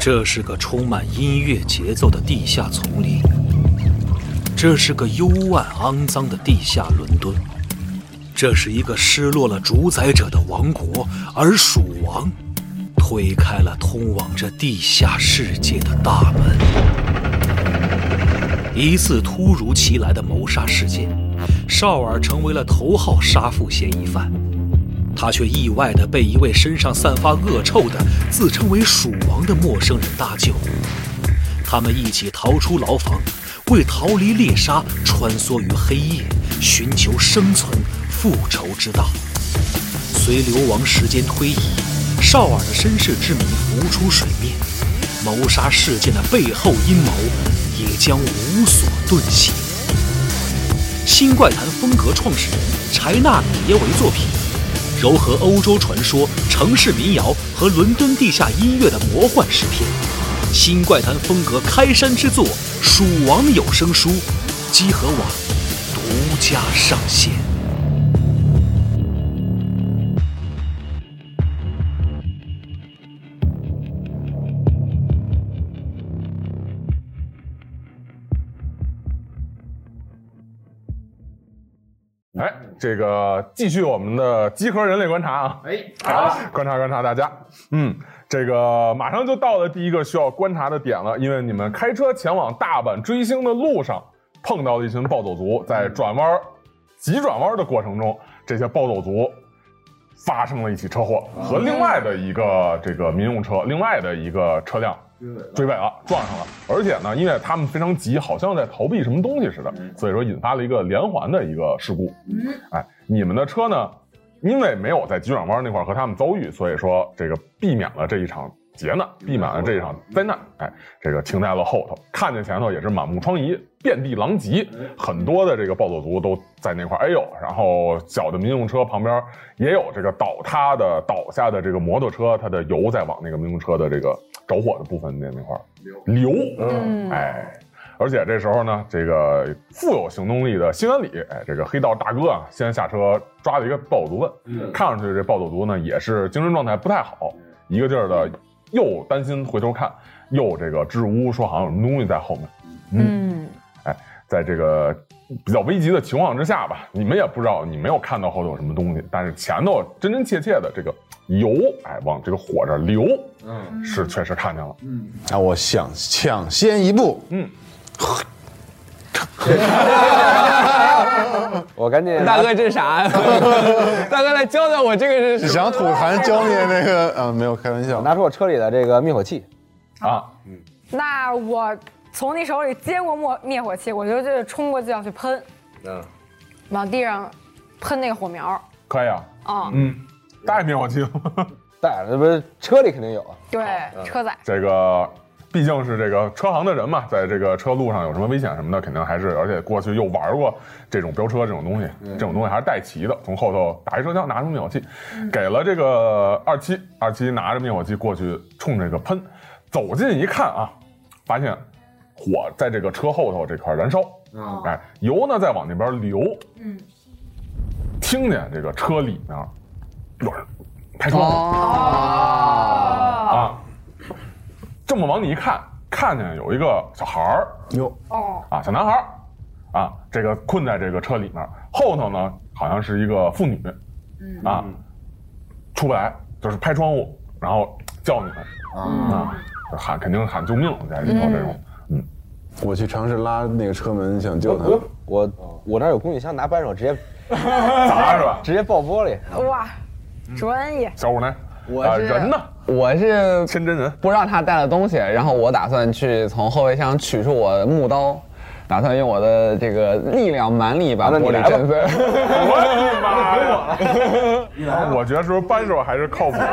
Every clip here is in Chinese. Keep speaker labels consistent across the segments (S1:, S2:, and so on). S1: 这是个充满音乐节奏的地下丛林，这是个幽暗肮脏的地下伦敦，这是一个失落了主宰者的王国，而蜀王推开了通往这地下世界的大门。一次突如其来的谋杀事件，绍尔成为了头号杀父嫌疑犯。他却意外地被一位身上散发恶臭的、自称为蜀王的陌生人搭救。他们一起逃出牢房，为逃离猎杀穿梭于黑夜，寻求生存、复仇之道。随流亡时间推移，绍尔的身世之谜浮出水面，谋杀事件的背后阴谋也将无所遁形。新怪谈风格创始人柴纳米耶为作品。糅合欧洲传说、城市民谣和伦敦地下音乐的魔幻诗篇，新怪谈风格开山之作《蜀王有声书》，积禾网独家上线。
S2: 哎，这个继续我们的集合人类观察啊，
S3: 哎，
S2: 好，观察观察大家。嗯，这个马上就到了第一个需要观察的点了，因为你们开车前往大阪追星的路上，碰到了一群暴走族，在转弯儿、急转弯儿的过程中，这些暴走族发生了一起车祸，和另外的一个这个民用车，另外的一个车辆追尾了，撞上了。而且呢，因为他们非常急，好像在逃避什么东西似的，所以说引发了一个连环的一个事故。哎，你们的车呢，因为没有在急转弯那块儿和他们遭遇，所以说这个避免了这一场劫难，避免了这一场灾难。哎，这个停在了后头，看见前头也是满目疮痍，遍地狼藉，很多的这个暴走族都在那块儿。哎呦，然后小的民用车旁边也有这个倒塌的倒下的这个摩托车，它的油在往那个民用车的这个着火的部分那那块儿流，
S4: 嗯
S2: 哎。而且这时候呢，这个富有行动力的新安里，哎，这个黑道大哥啊，先下车抓了一个暴走族问，
S3: 嗯
S2: 看上去这暴走族呢也是精神状态不太好，一个劲儿的又担心回头看，又这个支支吾吾说好像有什么东西在后面。
S4: 嗯
S2: 在这个比较危急的情况之下吧，你们也不知道，你没有看到后头有什么东西，但是前头真真切切的这个油，哎，往这个火这儿流，
S3: 嗯
S2: 是确实看见了。
S3: 嗯，
S5: 那我想抢先一步，
S6: 我赶紧
S7: 大哥这是啥？大哥来教教我这个是什
S5: 想吐痰浇灭那个 啊，没有开玩笑。
S6: 拿出我车里的这个灭火器，
S2: 啊，
S4: 那我从你手里接过灭灭火器，我就就冲过去要去喷，
S3: 嗯，
S4: 往地上喷那个火苗。
S2: 可以啊，
S4: 啊、
S2: 嗯，带灭火器吗，
S6: 带了，这不是车里肯定有啊。
S4: 对，车载。
S2: 这个。毕竟是这个车行的人嘛，在这个车路上有什么危险什么的，肯定还是，而且过去又玩过这种飙车这种东西，这种东西还是带齐的。从后头打一车枪，拿出灭火器，给了这个二七，二七拿着灭火器过去冲这个喷，走近一看啊，发现火在这个车后头这块燃烧，
S3: 啊
S2: 哎，油呢在往那边流，
S4: 嗯，
S2: 听见这个车里面有人拍窗户。
S4: 哦
S2: 啊，这么往里一看，看见有一个小孩儿
S5: 哟，
S4: 哦
S2: 啊，小男孩儿啊，这个困在这个车里面，后头呢好像是一个妇女，
S7: 嗯
S2: 啊，出不来，就是拍窗户，然后叫你们啊，就喊肯定喊救命在里头这种，嗯，
S5: 我去尝试拉那个车门想救
S2: 哦
S5: 他。
S7: 哦
S6: 我我那儿有工具箱，拿扳手直接
S2: 嗯啊砸是吧？
S6: 直接爆玻璃。
S4: 哇，专业。
S2: 小五呢？
S7: 我
S2: 啊
S7: 是
S2: 人呢？
S7: 么？我是
S2: 真真人
S7: 不让他带了东西，然后我打算去从后备箱取出我的木刀，打算用我的这个力量蛮力把
S6: 啊那你
S7: 玻璃
S6: 来吧
S7: 震碎。
S2: 我的妈呀！我觉得是不是扳手还是靠谱一 点？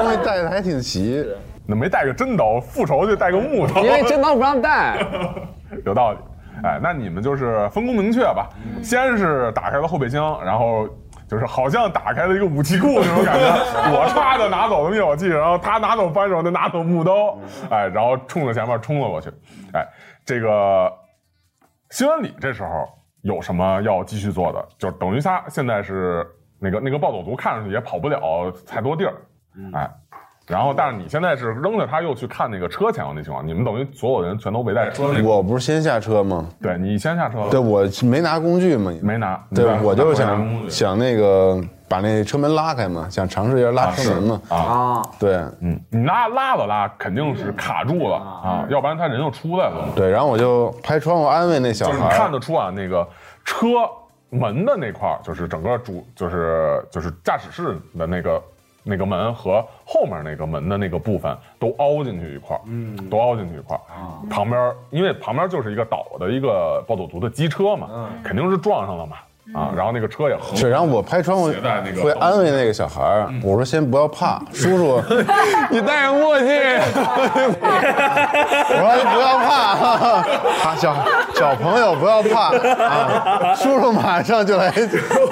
S5: 东西带的还挺齐，
S2: 那没带个真刀，复仇就带个木头。
S7: 因为真刀不让带，
S2: 有道理。哎，那你们就是分工明确吧，先是打开了后备箱，然后就是好像打开了一个武器库那种感觉，我歘的拿走了灭火器，然后他拿走扳手，他拿走木刀，哎，然后冲着前面冲了过去。哎，这个新安里这时候有什么要继续做的？就等于他现在是那个那个暴走族看上去也跑不了太多地儿，哎，然后，但是你现在是扔着它又去看那个车前往那情况，你们等于所有人全都围在车里。
S5: 我不是先下车吗？
S2: 对你先下车了，
S5: 对，我没拿工具嘛，
S2: 没拿。
S5: 对
S2: 你把，
S5: 我就是
S2: 拿回来工
S5: 想
S2: 具
S5: 想那个把那车门拉开嘛，想尝试一下拉车门嘛。
S2: 啊，
S7: 啊，
S5: 对
S2: 嗯，你拉拉了拉，肯定是卡住了啊，要不然他人就出来了。
S5: 对，然后我就拍窗户安慰那小
S2: 就是你
S5: 孩
S2: 看
S5: 儿。
S2: 得出啊，那个车门的那块儿，就是整个主，就是就是驾驶室的那个那个门和后面那个门的那个部分都凹进去一块儿，嗯，都凹进去一块儿。旁边儿因为旁边就是一个倒的一个暴走族的机车嘛，肯定是撞上了嘛，啊，然后那个车也横
S5: 是，然后我拍窗户
S2: 携带那个
S5: 会安慰那个小孩儿，我说先不要怕，叔叔，
S7: 你戴上墨镜，
S5: 我说不要怕，哈哈啊小小朋友不要怕啊，叔叔马上就来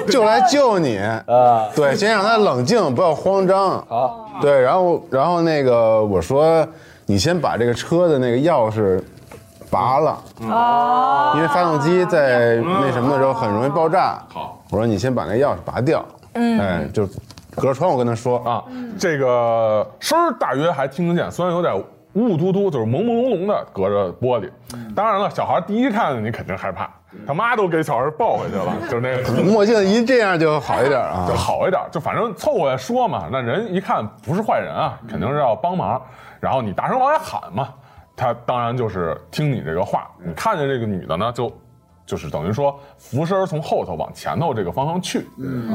S5: 就来救你啊！对，先让他冷静，不要慌张。好，对，然后然后那个我说你先把这个车的那个钥匙拔了，
S4: 哦，
S5: 因为发动机在那什么的时候很容易爆炸。
S2: 好，
S5: 我说你先把那钥匙拔掉，嗯，哎，就隔着窗户跟他说啊，
S2: 啊，这个声儿大约还听得见，虽然有点雾嘟嘟，就是朦朦胧胧的隔着玻璃。当然了，小孩第一看见你肯定害怕，他妈都给小孩抱回去了，就是那个。
S5: 墨镜一这样就好一点
S2: 就
S5: 啊。
S2: 好一点，就反正凑过来说嘛。那人一看不是坏人啊，肯定是要帮忙。然后你大声往外喊嘛，他当然就是听你这个话。你看见这个女的呢，就就是等于说俯身从后头往前头这个方向去，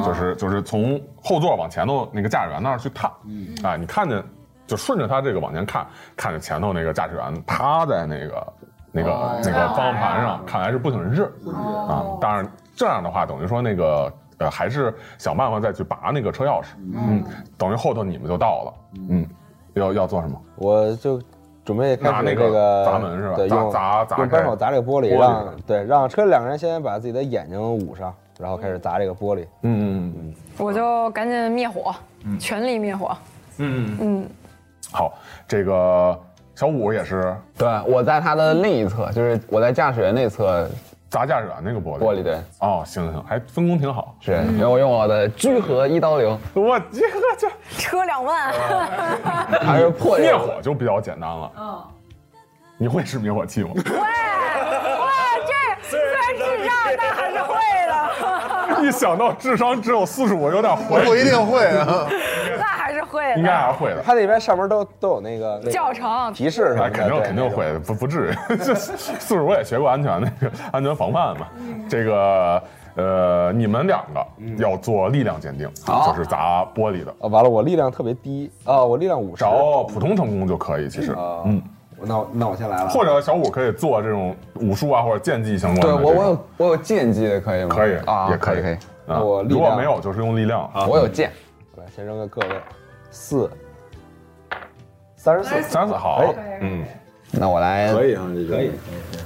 S2: 就是就是从后座往前头那个驾驶员那儿去探。啊，你看见就顺着他这个往前看，看见前头那个驾驶员趴在那个。那个、那个方向盘上，看来是哦不省人事、啊。当然，这样的话等于说那个呃，还是想办法再去拔那个车钥匙。嗯，等于后头你们就到了。嗯，要要做什么？
S6: 我就准备开
S2: 拿
S6: 始
S2: 那
S6: 这
S2: 个
S6: 个
S2: 砸门是吧
S6: 对，
S2: 砸
S6: 用
S2: 砸砸
S6: 用
S2: 开
S6: 扳手砸这个玻
S2: 玻璃
S6: 璃，让对让车里两个人先把自己的眼睛捂上，然后开始砸这个玻璃。
S2: 嗯嗯
S4: 我就赶紧灭火，全力灭火。
S2: 嗯嗯。
S4: 嗯，
S2: 好，这个小五也是
S7: 对，我在他的另一侧，就是我在驾驶员那侧
S2: 砸驾驶员那个玻璃。
S7: 玻璃对，
S2: 哦，行行，行还分工挺好。
S7: 是，
S6: 嗯
S7: 然后我用我的居合一刀流，
S2: 我这个这
S4: 车两万，
S7: 还是破裂
S2: 灭火就比较简单了。嗯。你会使灭火器吗？
S4: 哇，这虽然智障，但还是会的，
S2: 一想到智商只有四十五，有点怀
S5: 我
S2: 疑。
S5: 一定会啊。
S4: 那还是会
S2: 应该
S4: 的。嗯
S2: 还是会的。
S6: 他那边上面都都有那个那个
S4: 教程
S6: 提示什么
S2: 哎，
S6: 的，
S2: 肯定
S6: 对
S2: 肯定。会的，不不至于。 这四十我也学过安全那个安全防范嘛。这个呃，你们两个要做力量鉴定，
S7: 好
S2: 就是砸玻璃的，
S6: 啊，完了，我力量特别低啊，我力量五十。
S2: 找普通成功就可以。其实，
S6: 啊，
S2: 嗯，
S6: 那我那我先来了。
S2: 或者小五可以做这种武术啊或者剑技相关
S7: 对
S6: 嗯
S2: 的这种。
S7: 我我有我有剑技的可以吗？
S2: 可以
S7: 啊，
S2: 也可以
S7: 可以，
S2: 啊
S6: 我力
S2: 如果
S6: 量
S2: 没有就是用力量啊。
S7: 我有剑，
S6: 来先扔个个位，四，三十四，
S2: 三四好
S6: 可以，
S2: 嗯，
S7: 那我来
S5: 以啊，这个可以。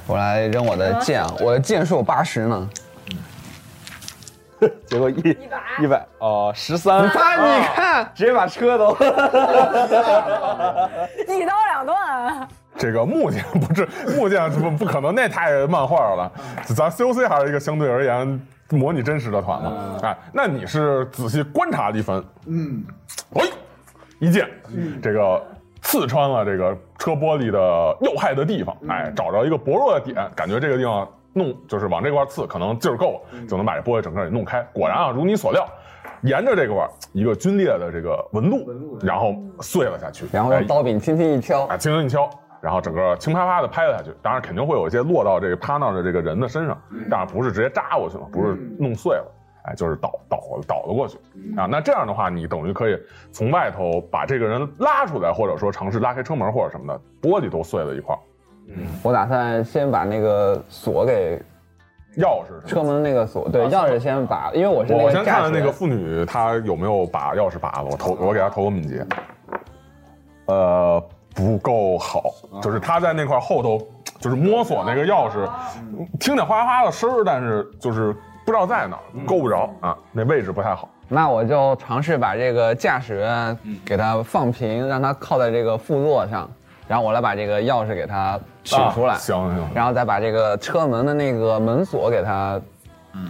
S7: 我来扔我的
S6: 嗯
S7: 剑啊，我的剑数八十呢。
S6: 结果一一百一百哦，十三哦
S7: 你，看，你看，
S6: 直接把车都
S4: 一刀两断，
S2: 这个木匠不是 木匠，不不可能，那太漫画了。咱 COC 还是一个相对而言模拟真实的团嘛。哎，那你是仔细观察了一番，嗯，哎，一剑，这个刺穿了这个车玻璃的要害的地方，哎，找着一个薄弱的点，感觉这个地方弄就是往这块刺，可能劲儿够了，就能把这玻璃整个给弄开。果然啊，如你所料。沿着这块儿一个皲裂的这个纹路，然后碎了下去，
S7: 然后
S2: 哎
S7: 用刀柄轻轻一挑
S2: 啊，，轻轻一敲，然后整个轻啪啪的拍了下去。当然肯定会有一些落到这个趴那儿的这个人的身上，当然不是直接扎过去了，不是弄碎了，哎，就是倒倒倒了过去啊。那这样的话，你等于可以从外头把这个人拉出来，或者说尝试拉开车门或者什么的，玻璃都碎了一块儿，
S7: 我打算先把那个锁给
S2: 钥匙什么的
S7: 车门那个锁，对，钥匙先把，因为我是
S2: 我
S7: 那
S2: 我
S7: 个
S2: 先看
S7: 驾
S2: 看
S7: 驶
S2: 那
S7: 员
S2: 个啊妇女她有没有把钥匙拔了，我投我给她投个敏捷，呃，不够好，就是她在那块后头就是摸索那个钥匙，听见哗哗的声儿，但是就是不知道在哪儿，够不着啊，那位置不太好。
S7: 那我就尝试把这个驾驶员
S2: 嗯
S7: 给他放平，让他靠在这个副座上，然后我来把这个钥匙给他取出来，
S2: 啊行行
S7: 然后再把这个车门的那个门锁给他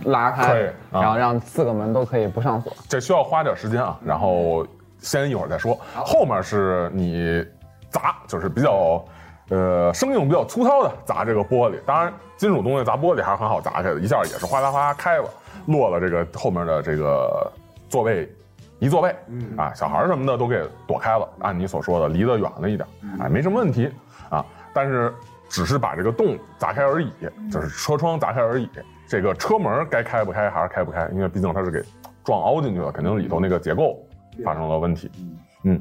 S7: 拉
S2: 可
S7: 开
S2: 以，啊
S7: 然后让四个门都可以不上锁。
S2: 这需要花点时间啊，然后先一会儿再说。后面是你砸，就是比较呃生硬、比较粗糙的砸这个玻璃。当然，金属东西砸玻璃还是很好砸开的，一下也是哗啦哗啦开了，落了这个后面的这个座位一座位，啊，小孩儿什么的都给躲开了。按你所说的，离得远了一点，哎，没什么问题啊。但是只是把这个洞砸开而已，就是车窗砸开而已。这个车门该开不开还是开不开，因为毕竟它是给撞凹进去了，肯定里头那个结构发生了问题。嗯，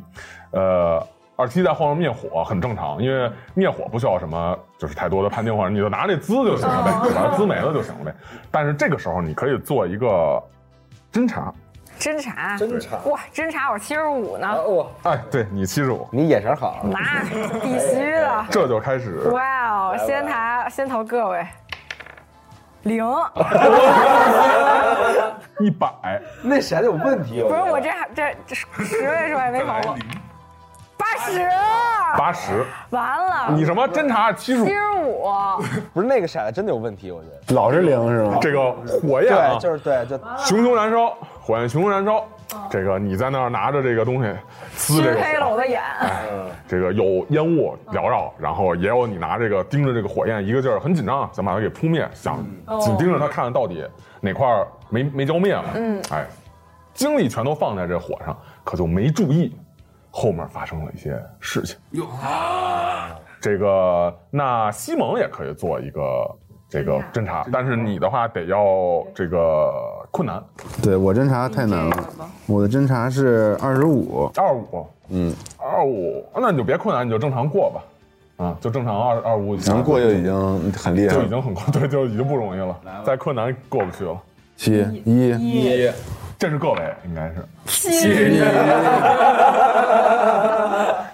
S2: 呃，二七在后面灭火很正常，因为灭火不需要什么就是太多的判定或者你就拿那滋就行了呗，就把它滋没了就行了呗。但是这个时候你可以做一个侦查，
S4: 侦查，哦
S6: 侦查
S4: 哇，侦查我七十五呢，
S6: 哇，
S2: 哎，对你七十五，
S6: 你眼神好，啊
S4: 那必须的。
S2: 这就开始
S4: 哇哦，先抬先投各位，零，
S2: 一百，
S6: 那啥有问
S2: 啊
S6: 题？
S4: 不是我这还这这十位数还没跑过，八十，
S2: 八十，
S4: 完
S6: 啊
S4: 了，
S2: 哎你什么侦查七十五
S4: 七？十五，
S6: 不是那个骰子真的有问题，我觉得。
S5: 老是零是吗？
S2: 这个火焰啊
S6: 对，，就是对，就
S2: 熊熊燃烧，火焰熊熊燃烧。这个你在那儿拿着这个东西呲这
S4: 熏
S2: 个
S4: 黑了
S2: 火，
S4: 我的眼，
S2: 这个有烟雾缭绕，然后也有你拿这个盯着这个火焰，一个劲儿很紧张，想把它给扑灭，想紧盯着它看看到底哪块儿没没浇灭了。嗯，哎，精力全都放在这火上，可就没注意后面发生了一些事情。啊这个那西蒙也可以做一个这个侦查，但是你的话得要这个困难
S5: 对我侦查太难了，我的侦查是二十五，
S2: 二五，
S5: 嗯，
S2: 二五，那你就别困难，你就正常过吧，啊，就正常二二五以下
S5: 能过就已经很厉害
S2: 就已
S5: 了。
S2: 经很过，对，就已经不容易了，再困难过不去了。
S5: 七一，
S2: 这是各位应该是，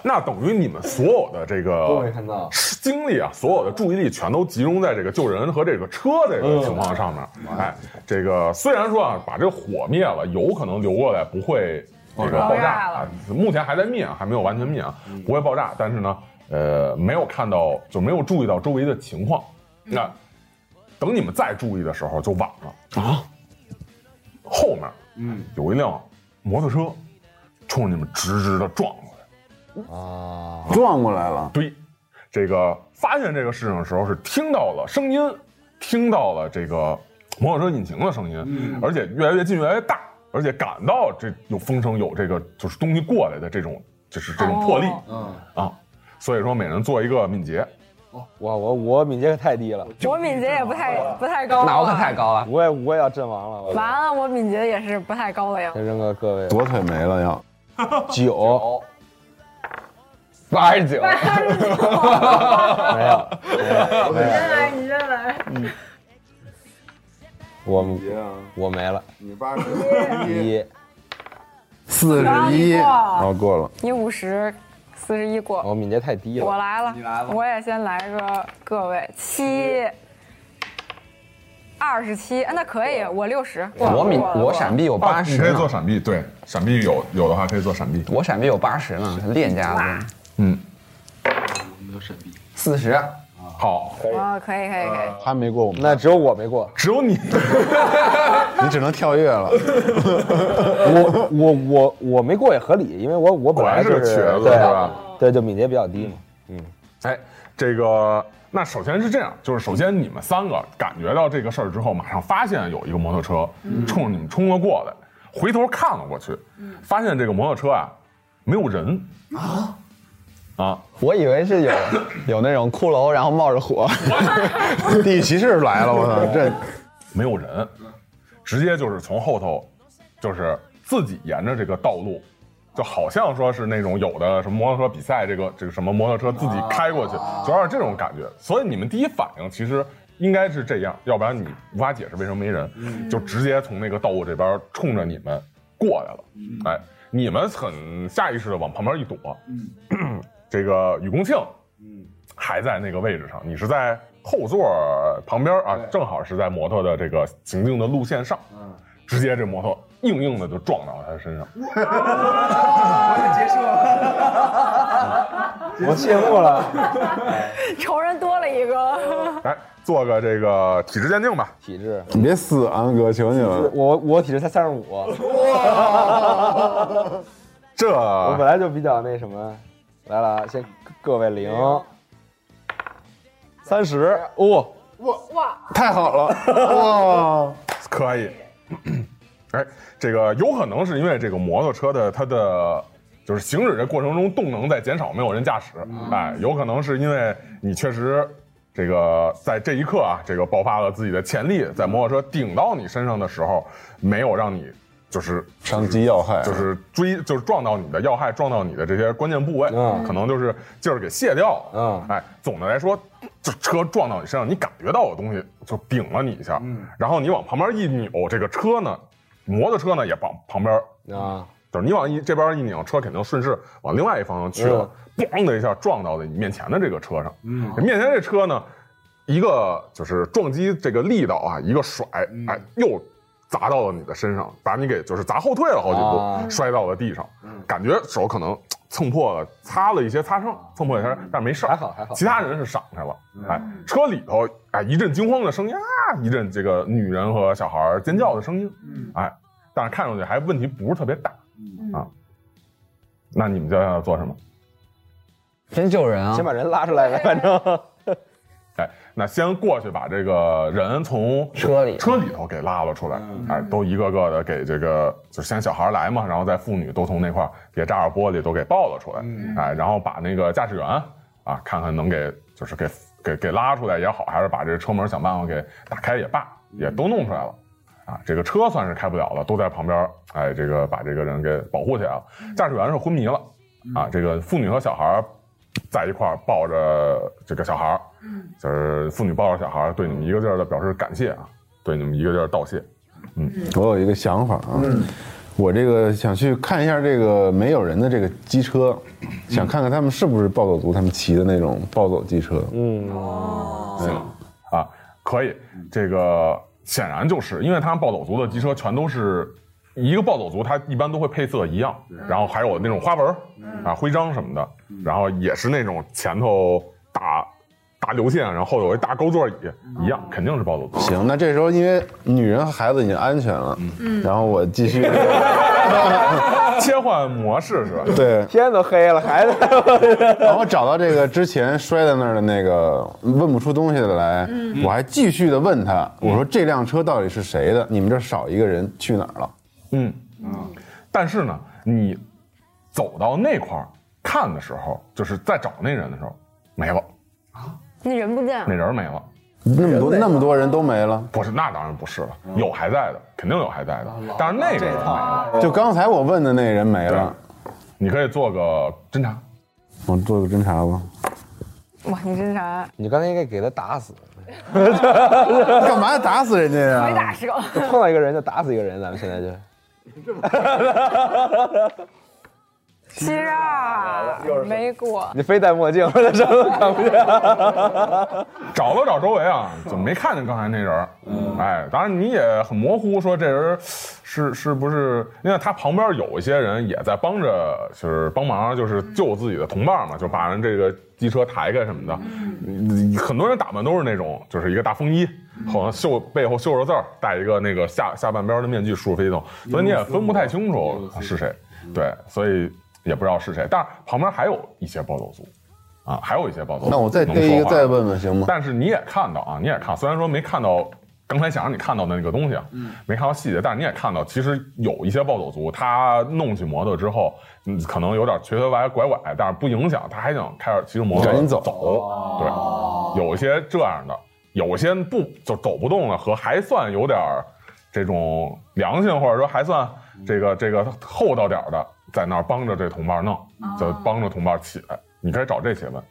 S2: 那等于你们所有的这
S6: 都
S2: 个
S6: 没看到。
S2: 精力啊，所有的注意力全都集中在这个救人和这个车这个情况上面。哎，这个虽然说啊，把这个火灭了，有可能流过来不会这个爆
S4: 爆
S2: 炸
S4: 炸了
S2: 啊，目前还在灭啊，还没有完全灭啊，
S6: 嗯
S2: 不会爆炸。但是呢，呃，没有看到就没有注意到周围的情况。
S6: 嗯
S2: 那等你们再注意的时候就晚了啊，后面嗯有一辆摩托车冲着你们直直的撞过来。
S5: 撞过来了，
S2: 对，这个发现这个事情的时候是听到了声音，听到了这个摩托车引擎的声音，而且越来越近，越来越大，而且感到这有风声，有这个就是东西过来的这种，就是这种魄力、
S6: 嗯，
S2: 啊。所以说，每人做一个敏捷，
S6: 我我我敏捷可太低了，
S4: 我敏捷也不太不太高，
S7: 那我可太，高了。
S6: 我也我也要阵亡了。我
S4: 完了我敏捷也是不太高了呀
S6: 先，扔个各位
S5: 左腿没了要。
S6: 九，
S7: 八十九，
S6: 没有，
S4: 你先来，你先来，
S6: 我我没了
S5: 你八十
S6: 一，
S5: 四
S4: 刚
S5: 十一，
S4: 过
S5: 然后过了，
S4: 你五十，四十一过，
S6: 我敏捷太低
S4: 我
S6: 了。
S4: 来了，我也先来个各位七，二十七，那可以，我六十，
S7: 我敏我闪
S4: 闪
S7: 避有八
S2: 啊你可
S7: 十啊
S2: 以做
S7: 呢，
S2: 闪避，对，闪避有有的话可以做闪避。
S7: 我闪避有八十呢，练家子。
S2: 嗯，
S7: 四十，
S2: 好，
S4: 啊，可以可以可以，
S5: 他没过我们，
S6: 那只有我没过，
S2: 只有你
S5: 你只能跳跃了。
S6: 我我我我没过也合理，因为我我本来就
S2: 果然是个瘸子
S6: 对
S2: 是吧？
S6: 对，就敏捷比较低嘛。
S2: 哎，这个，那首先是这样，就是首先你们三个感觉到这个事儿之后，马上发现有一个摩托车冲你们冲了过来，回头看了过去，发现这个摩托车啊没有人啊啊，
S7: 我以为是有有那种骷髅，然后冒着火。
S5: 地狱骑士来了，我操，这
S2: 没有人，直接就是从后头，就是自己沿着这个道路，就好像说是那种有的什么摩托车比赛，这个这个什么摩托车自己开过去，就有点这种感觉。所以你们第一反应其实应该是这样，要不然你无法解释为什么没人，就直接从那个道路这边冲着你们过来了。哎，你们很下意识的往旁边一躲。 这个雨公庆，还在那个位置上，你是在后座旁边啊，正好是在摩托的这个行进的路线上，
S6: 嗯
S2: 直接这摩托硬硬的就撞到了他的身上，
S6: 我谢幕了，
S7: 嗯
S4: 仇人多了一个，
S2: 来做个这个体质鉴定吧，
S6: 体质，
S5: 你别死啊安哥，求你了。
S6: 我我体质才三十五，
S2: 这
S6: 我本来就比较那什么，来了啊，先各位零，三十，哦，
S5: 太好了，哇！
S2: 可以。 哎，这个有可能是因为这个摩托车的它的就是行驶这过程中动能在减少，没有人驾驶。哎，有可能是因为你确实这个在这一刻啊，这个爆发了自己的潜力，在摩托车顶到你身上的时候，没有让你就是
S5: 伤及要
S6: 啊
S5: 害，啊
S2: 就是追就是撞到你的要害，撞到你的这些关键部位，
S6: 嗯
S2: 可能就是劲儿给卸掉了。
S6: 嗯
S2: 哎，总的来说，就车撞到你身上，你感觉到有东西就顶了你一下，
S6: 嗯
S2: 然后你往旁边一扭，这个车呢，摩托车呢也往旁边，
S6: 啊，
S2: 就是你往一这边一拧，车肯定顺势往另外一方向去了，咣、的一下撞到了你面前的这个车上。嗯，面前这车呢，一个就是撞击这个力道啊，一个甩，哎，又砸到了你的身上，把你给就是砸后退了好几步，
S6: 啊
S2: 摔到了地上，
S6: 嗯
S2: 感觉手可能蹭破了，擦了一些擦伤，蹭破一下，但是没事儿
S6: 嗯还好还好嗯
S2: 其他人是闪开了，哎，车里头哎一阵惊慌的声音啊，一阵这个女人和小孩儿尖叫的声音，
S6: 嗯
S2: 哎，但是看上去还问题不是特别大，啊，那你们接下来要做什么？
S7: 先救人啊
S6: 先！把人拉出来呗，反正
S2: 哎，那先过去把这个人从
S7: 车里
S2: 车里头给拉了出来，哎，都一个个的给这个，就是先小孩来嘛，然后再妇女都从那块儿别扎着玻璃都给抱了出来，哎，然后把那个驾驶员啊，看看能给就是给给给拉出来也好，还是把这车门想办法给打开也罢，也都弄出来了。啊，这个车算是开不了了，都在旁边儿，哎，这个把这个人给保护起来了。驾驶员是昏迷了，啊，这个妇女和小孩儿在一块儿抱着这个小孩儿，就是妇女抱着小孩儿，对你们一个劲儿的表示感谢啊，对你们一个劲儿道谢。
S5: 我有一个想法啊，我这个想去看一下这个没有人的这个机车，想看看他们是不是暴走族他们骑的那种暴走机车。
S2: 啊，可以，这个显然就是因为他们暴走族的机车全都是一个暴走族，它一般都会配色一样，然后还有那种花纹儿啊、徽章什么的，然后也是那种前头大大流线，然后后头有一大高座椅一样，肯定是暴走族。
S5: 行，那这时候因为女人和孩子已经安全了，然后我继 续，
S2: 切换模式是吧？
S5: 对，
S6: 天都黑了，还在，
S5: 然后找到这个之前摔在那儿的那个问不出东西的来，我还继续的问他，我说这辆车到底是谁的？你们这儿少一个人去哪儿了？
S2: 嗯但是呢，你走到那块儿看的时候，就是在找那人的时候，没了，
S4: 那人不见了
S2: 那。人没了。
S5: 那么多那么多人都没了。
S2: 不是，那当然不是了，有还在的，肯定有还在的，但是那个人没了。
S5: 就刚才我问的那人没了，
S2: 你可以做个侦查，
S5: 我做个侦查吧。
S4: 哇，你真啥？
S6: 你刚才应该给他打死，
S5: 干嘛要打死人家
S7: 嗯
S5: 呀？
S4: 没打折。
S6: 碰到一个人就打死一个人，咱们现在就
S4: 其实啊，没过。
S6: 你非戴墨镜，那什么都看不见，
S2: 找了找周围啊，就没看见刚才那人。哎，当然你也很模糊，说这人是是不是？因为他旁边有一些人也在帮着，就是帮忙，就是救自己的同伴嘛，就把人这个机车抬开什么的。你很多人打扮都是那种，就是一个大风衣，好像袖背后绣着字儿，戴一个那个下下半边的面具梳着飞机头，所以你也分不太清楚啊是谁。对，所以也不知道是谁。但是旁边还有一些暴走族。啊，还有一些暴走族能说话。
S5: 那我再逮一个再问问行吗？
S2: 但是你也看到啊，你也看，虽然说没看到刚才想让你看到的那个东西啊，没看到细节，但是你也看到，其实有一些暴走族，他弄起摩托之后，嗯，可能有点瘸瘸歪拐拐，但是不影响，他还想开着骑着摩托
S5: 赶紧走
S2: 对，有一些这样的，有些不就走不动了，和还算有点儿这种良心，或者说还算这个这个厚道点儿的，在那儿帮着这同伴弄，就帮着同伴起来。你可以找这些问，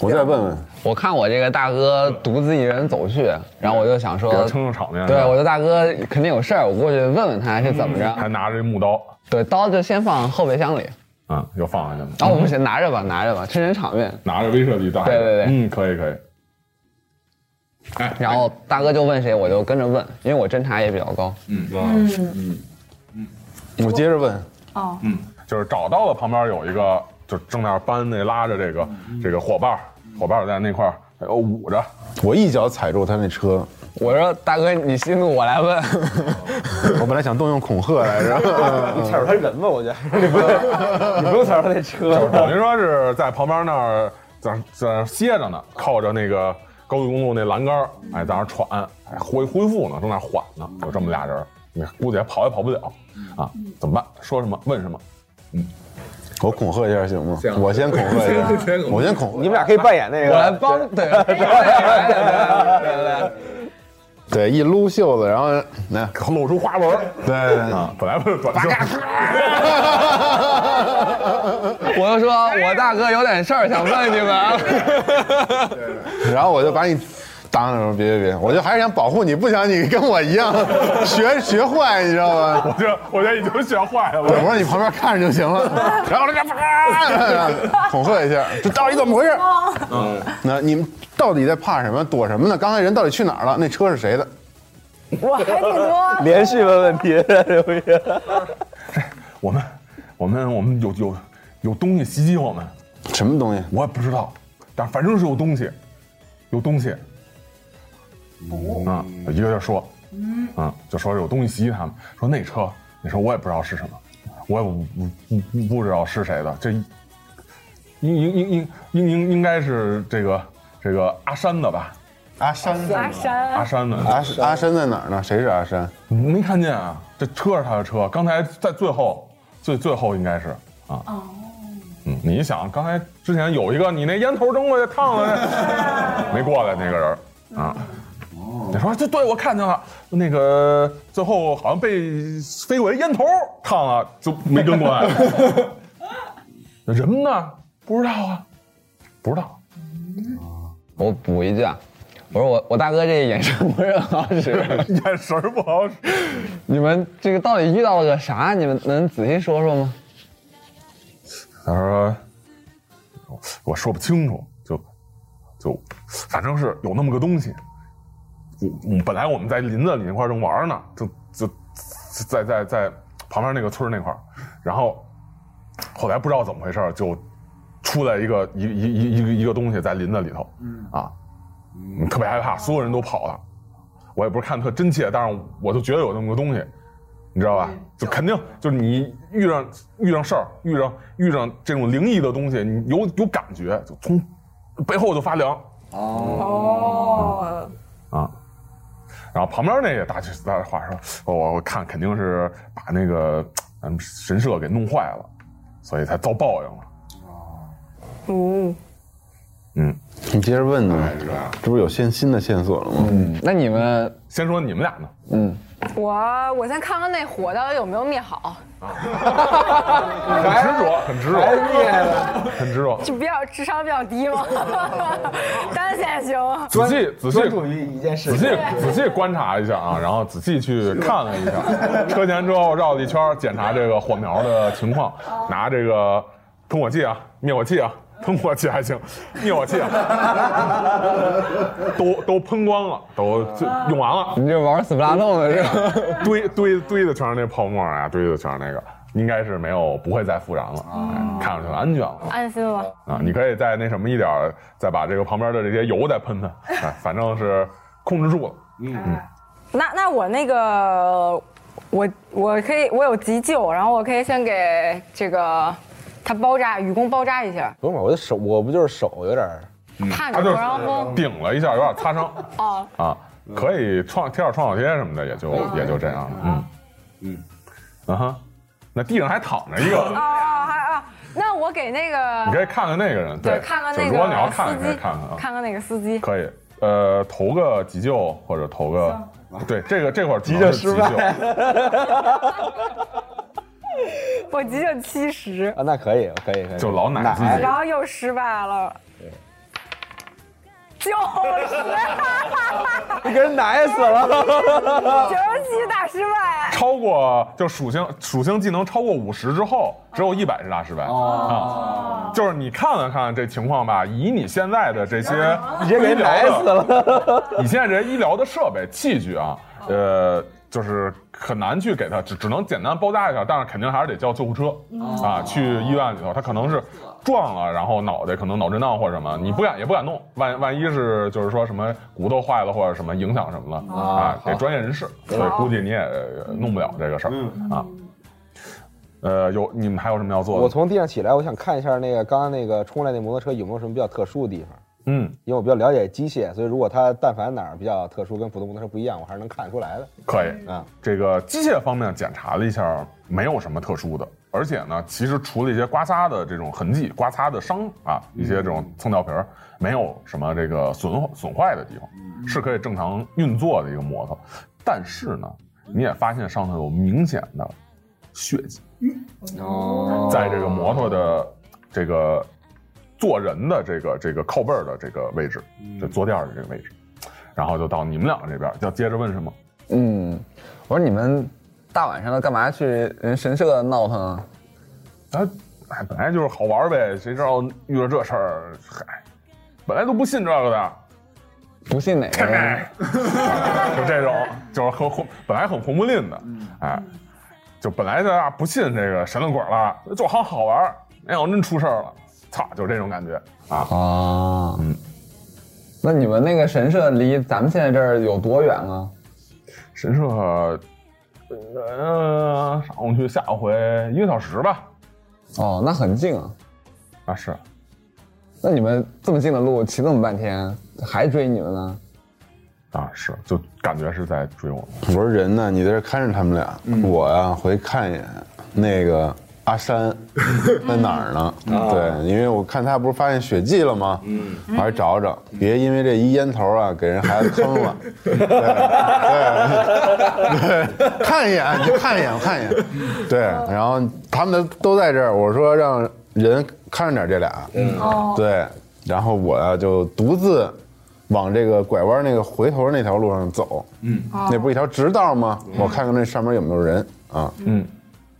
S5: 我再问问，
S7: 我看我这个大哥独自一人走去，然后我就想说
S2: 给，他撑撑场面。
S7: 对，我的大哥肯定有事儿，我过去问问他是怎么着。
S2: 还拿着一木刀，
S7: 对，刀就先放后备箱里。
S2: 嗯，又放下去了。
S7: 哦，不行，拿着吧，拿着吧，趁人场面。
S2: 拿着威慑力大。
S7: 对对对
S2: 嗯，可以可以。哎，
S7: 然后大哥就问谁，我就跟着问，因为我侦查也比较高。
S5: 我接着问，
S2: 就是找到了旁边有一个，就正在那儿搬那拉着这个这个伙伴儿，伙伴儿在那块儿哎呦捂着，
S5: 我一脚踩住他那车，
S7: 我说大哥，你息怒，我来 问。
S5: 我本来想动用恐吓来 着，
S6: 你踩着他人吧，我觉得 你不用，你不用踩着他那
S2: 就是
S6: 车。
S2: 等于说是在旁边那儿在在那儿歇着呢，靠着那个高速公路那栏杆儿，哎，在那儿喘，哎，恢恢复呢，正那儿缓呢，有这么俩人儿，你估计也跑也跑不了啊，怎么办？说什么？问什么？
S5: 我恐吓一下行吗
S2: 行？
S5: 我先恐吓一下
S2: 先先恐，吓
S5: 我先恐吓
S6: 你。们俩可以扮演那个，
S7: 我来帮，对对对对对对
S5: 对，一撸袖子，然后 那
S2: 露出花纹儿
S7: 嗯
S5: 对，
S2: 啊，本来不是短袖，
S7: 对，我就说我大哥有点事儿想问你们。
S5: 然后我就把你当着说别别别，我就还是想保护你，不想你跟我一 样学学坏，你知道吗？
S2: 就我觉得已经学坏了。
S5: 我说你旁边看着就 行了，然后我这个 啪恐吓一下，这到底怎么回事？那你们到底在怕什么？躲什么呢？刚才人到底去哪儿了？那车是谁的？
S4: 我还挺 多，
S6: 连续问问题，是不是？
S2: 我们我们我们有有有东西袭击我们，
S5: 什么东西？
S2: 我也不知道，但反正是有东西，有东西。啊，一个就说，嗯，就说有东西袭击他们，说那车，你说我也不知道是什么，我也不不不不知道是谁的，这应应应应应应应该是这个这个阿山的吧，
S5: 阿山是
S4: 阿
S5: 吗
S2: 阿
S4: 山，
S2: 山的，
S5: 阿阿山在哪儿呢？谁是阿山？
S2: 你没看见啊？这车是他的车，刚才在最后，最最后应该是啊。哦。嗯，你想，刚才之前有一个你那烟头扔过去烫了，没过来那个人啊。你说这对我看见了，那个最后好像被飞过来烟头烫了，就没跟过来。 人呢？不知道啊，不知道。
S7: 我补一句啊，我说我我大哥这眼神不是很好使，
S2: 眼神儿不好使，
S7: 你们这个到底遇到了个啥？你们能仔细说说吗？
S2: 他说我我说不清楚，就就反正是有那么个东西。我我本来我们在林子里那块儿正玩儿呢，就就在在在旁边那个村儿那块儿，然后后来不知道怎么回事儿就出来一个一一一一个一个东西在林子里头，啊，嗯特别害怕，所有人都跑了。我也不是看特真切，但是我就觉得有那么个东西，你知道吧？就肯定就是你遇上遇上事儿，遇上遇上这种灵异的东西，你有有感觉，就从背后就发凉
S4: 哦，
S2: 啊。然后旁边那个大姐大话说，哦我我看肯定是把那个咱们神社给弄坏了，所以才遭报应了。
S4: 嗯，
S2: 嗯，
S5: 你接着问呢，这不哎是有嗯新新的线索了吗？
S7: 那你们
S2: 先说你们俩呢，
S4: 我我先看看那火到底有没有灭好，
S2: 很执着，很执着，很执着。
S4: 就比较智商比较 低嘛，单线行。
S2: 仔细仔细
S6: 专注于一件事
S2: 仔
S6: 情
S2: 细。仔细观察一下啊，然后仔细去看了一 下，车前车后绕了一圈儿，检查这个火苗的情况，
S6: 哦
S2: 拿这个喷火器啊、灭火器啊、喷火器还 行，灭火器啊，都都喷光了，都就
S6: 啊
S2: 用完了，
S7: 你这玩 s p l a t o 的是吧？
S2: 堆堆堆的全是那泡沫啊，堆的全是那个，应该是没有不会再复燃了，
S6: 哦
S2: 哎看上去很安全了。
S4: 安心了，
S2: 啊，你可以再那什么一点儿，再把这个旁边的这些油再喷喷，哎，反正是控制住了。
S4: 那那我那个，我我可以，我有急救，然后我可以先给这个他包扎，雨工包扎一下，
S6: 不用吧，我的手，我不就是手有点儿，
S4: 怕
S2: 嗯
S4: 着
S2: 他就
S4: 不让风
S2: 顶了一下，有点擦 伤
S4: 哦。
S2: 啊，可以创贴点创口贴什么的，也就也就这样了。嗯嗯啊哈，那地上还躺着一
S4: 哦
S2: 个，
S4: 哦，还啊，那我给那
S2: 你
S4: 个
S2: 可以看看那个人，
S4: 对，看看那
S2: 就如果你要
S4: 个
S2: 看，
S4: 司
S2: 可以
S4: 机，
S2: 看看啊，
S4: 看看那个司机，
S2: 可以。呃，投个急救或者投个，对，这个这会儿急
S6: 救
S2: 是急
S6: 失败
S2: 救，
S4: 我急救七十，
S6: 啊，那可以，可以，可 以。
S2: 就老奶自己
S4: 然后又失败了，九十，
S6: 你给人奶死了，
S4: 九十七大失败。
S2: 超过就属性属性技能超过五十之后，只有一百是大失败啊。就是你看了看这情况吧，以你现在的这些
S6: 你直接给人奶死了。
S2: 你现在这些医疗的设备器具啊，呃，就是很难去给他，只只能简单包扎一下，但是肯定还是得叫救护车、啊，去医院里头。他可能是撞了，然后脑袋可能脑震荡或者什么，你不敢也不敢弄，万万一是就是说什么骨头坏了或者什么影响什么了、啊，给专业人士，所以估计你也呃弄不了这个事儿、啊。呃，有你们还有什么要做
S6: 我
S2: 的？
S6: 从地上起来，我想看一下那个刚刚那个冲来那摩托车有没有什么比较特殊的地方，
S2: 嗯，
S6: 因为我比较了解机械，所以如果它但凡哪儿比较特殊，跟普通摩托车不一样，我还是能看得出来的。
S2: 可以
S6: 啊。
S2: 这个机械方面检查了一下，没有什么特殊的，而且呢，其实除了一些刮擦的这种痕迹、刮擦的伤啊，一些这种蹭掉皮儿，没有什么这个损损坏的地方，是可以正常运作的一个摩托。但是呢，你也发现上头有明显的血迹，
S7: 哦
S2: 在这个摩托的这个坐人的这个这个靠背儿的这个位置，就坐垫儿的这个位置，然后就到你们两个这边儿，要接着问什么？
S7: 嗯，我说你们大晚上的干嘛去人神社闹腾啊？
S2: 啊，哎，本来就是好玩儿呗，谁知道遇到这事儿，嗨，本来都不信这个的，哎
S7: 不信哪个人？
S2: 就这种，就是很红，本来很红不吝的，哎，就本来大家不信这个神论鬼了，就好好玩儿，没想到真出事儿了，操，就这种感觉啊，
S7: 啊，
S2: 嗯
S7: 那你们那个神社离咱们现在这儿有多远啊？
S2: 神社，呃，上午去，下回一个小时吧，
S7: 哦，那很近啊。
S2: 啊是，
S7: 那你们这么近的路骑这么半天，还追你们呢？
S2: 啊是，就感觉是在追我们，
S5: 我说人呢？你在这看着他们俩，我呀回去看一眼那个阿山在哪儿 呢？对，因为我看他不是发现血迹了吗？啊嗯，我还找找，别因为这一烟头啊给人孩子坑 了。对 对对，看一眼就看一眼，我看一眼。对，然后他们都在这儿，我说让人看着点这俩。对，然后我呀就独自往这个拐弯那个回头那条路上走。嗯，那不是一条直道吗？我看看那上面有没有人啊。
S2: 嗯，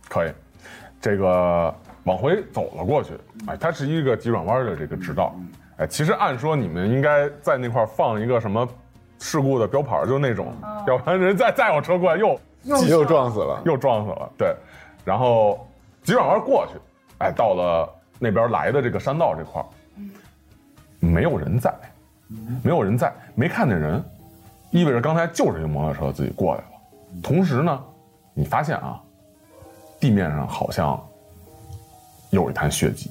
S2: 可以。这个往回走了过去，哎，它是一个急转弯的这个直道。哎，其实按说你们应该在那块儿放一个什么事故的标牌儿，就是那种，要不然人再再有车过来又
S5: 又撞死了。
S2: 又撞死了。对，然后急转弯过去，哎，到了那边来的这个山道这块儿，没有人在，没有人在，没看见人，意味着刚才就是一摩托车自己过来了。同时呢，你发现啊，地面上好像有一滩血迹，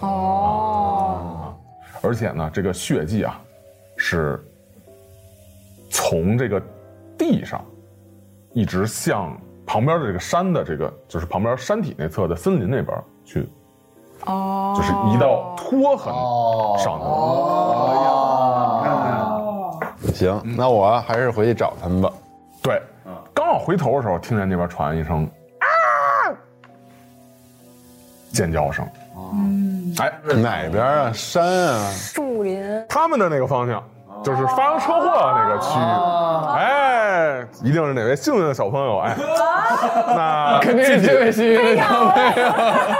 S4: 哦，
S2: 而且呢，这个血迹啊，是从这个地上一直向旁边的这个山的这个，就是旁边山体那侧的森林那边去，
S4: 哦，
S2: 就是一道拖痕上头。
S5: 行，那我还是回去找他们吧。
S2: 对，刚好回头的时候，听见那边传一声啊，尖叫声。哎，
S5: 哪边啊？山啊？
S4: 树林，
S2: 他们的那个方向，就是发生车祸的那个区域。哎，一定是哪位幸运的小朋友哎，那肯定是这位幸运 的小朋友。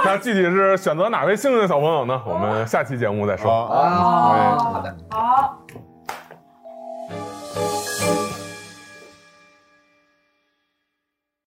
S2: 那具体是选择哪位幸运的小朋友呢？我们下期节目再说。
S5: 啊，哎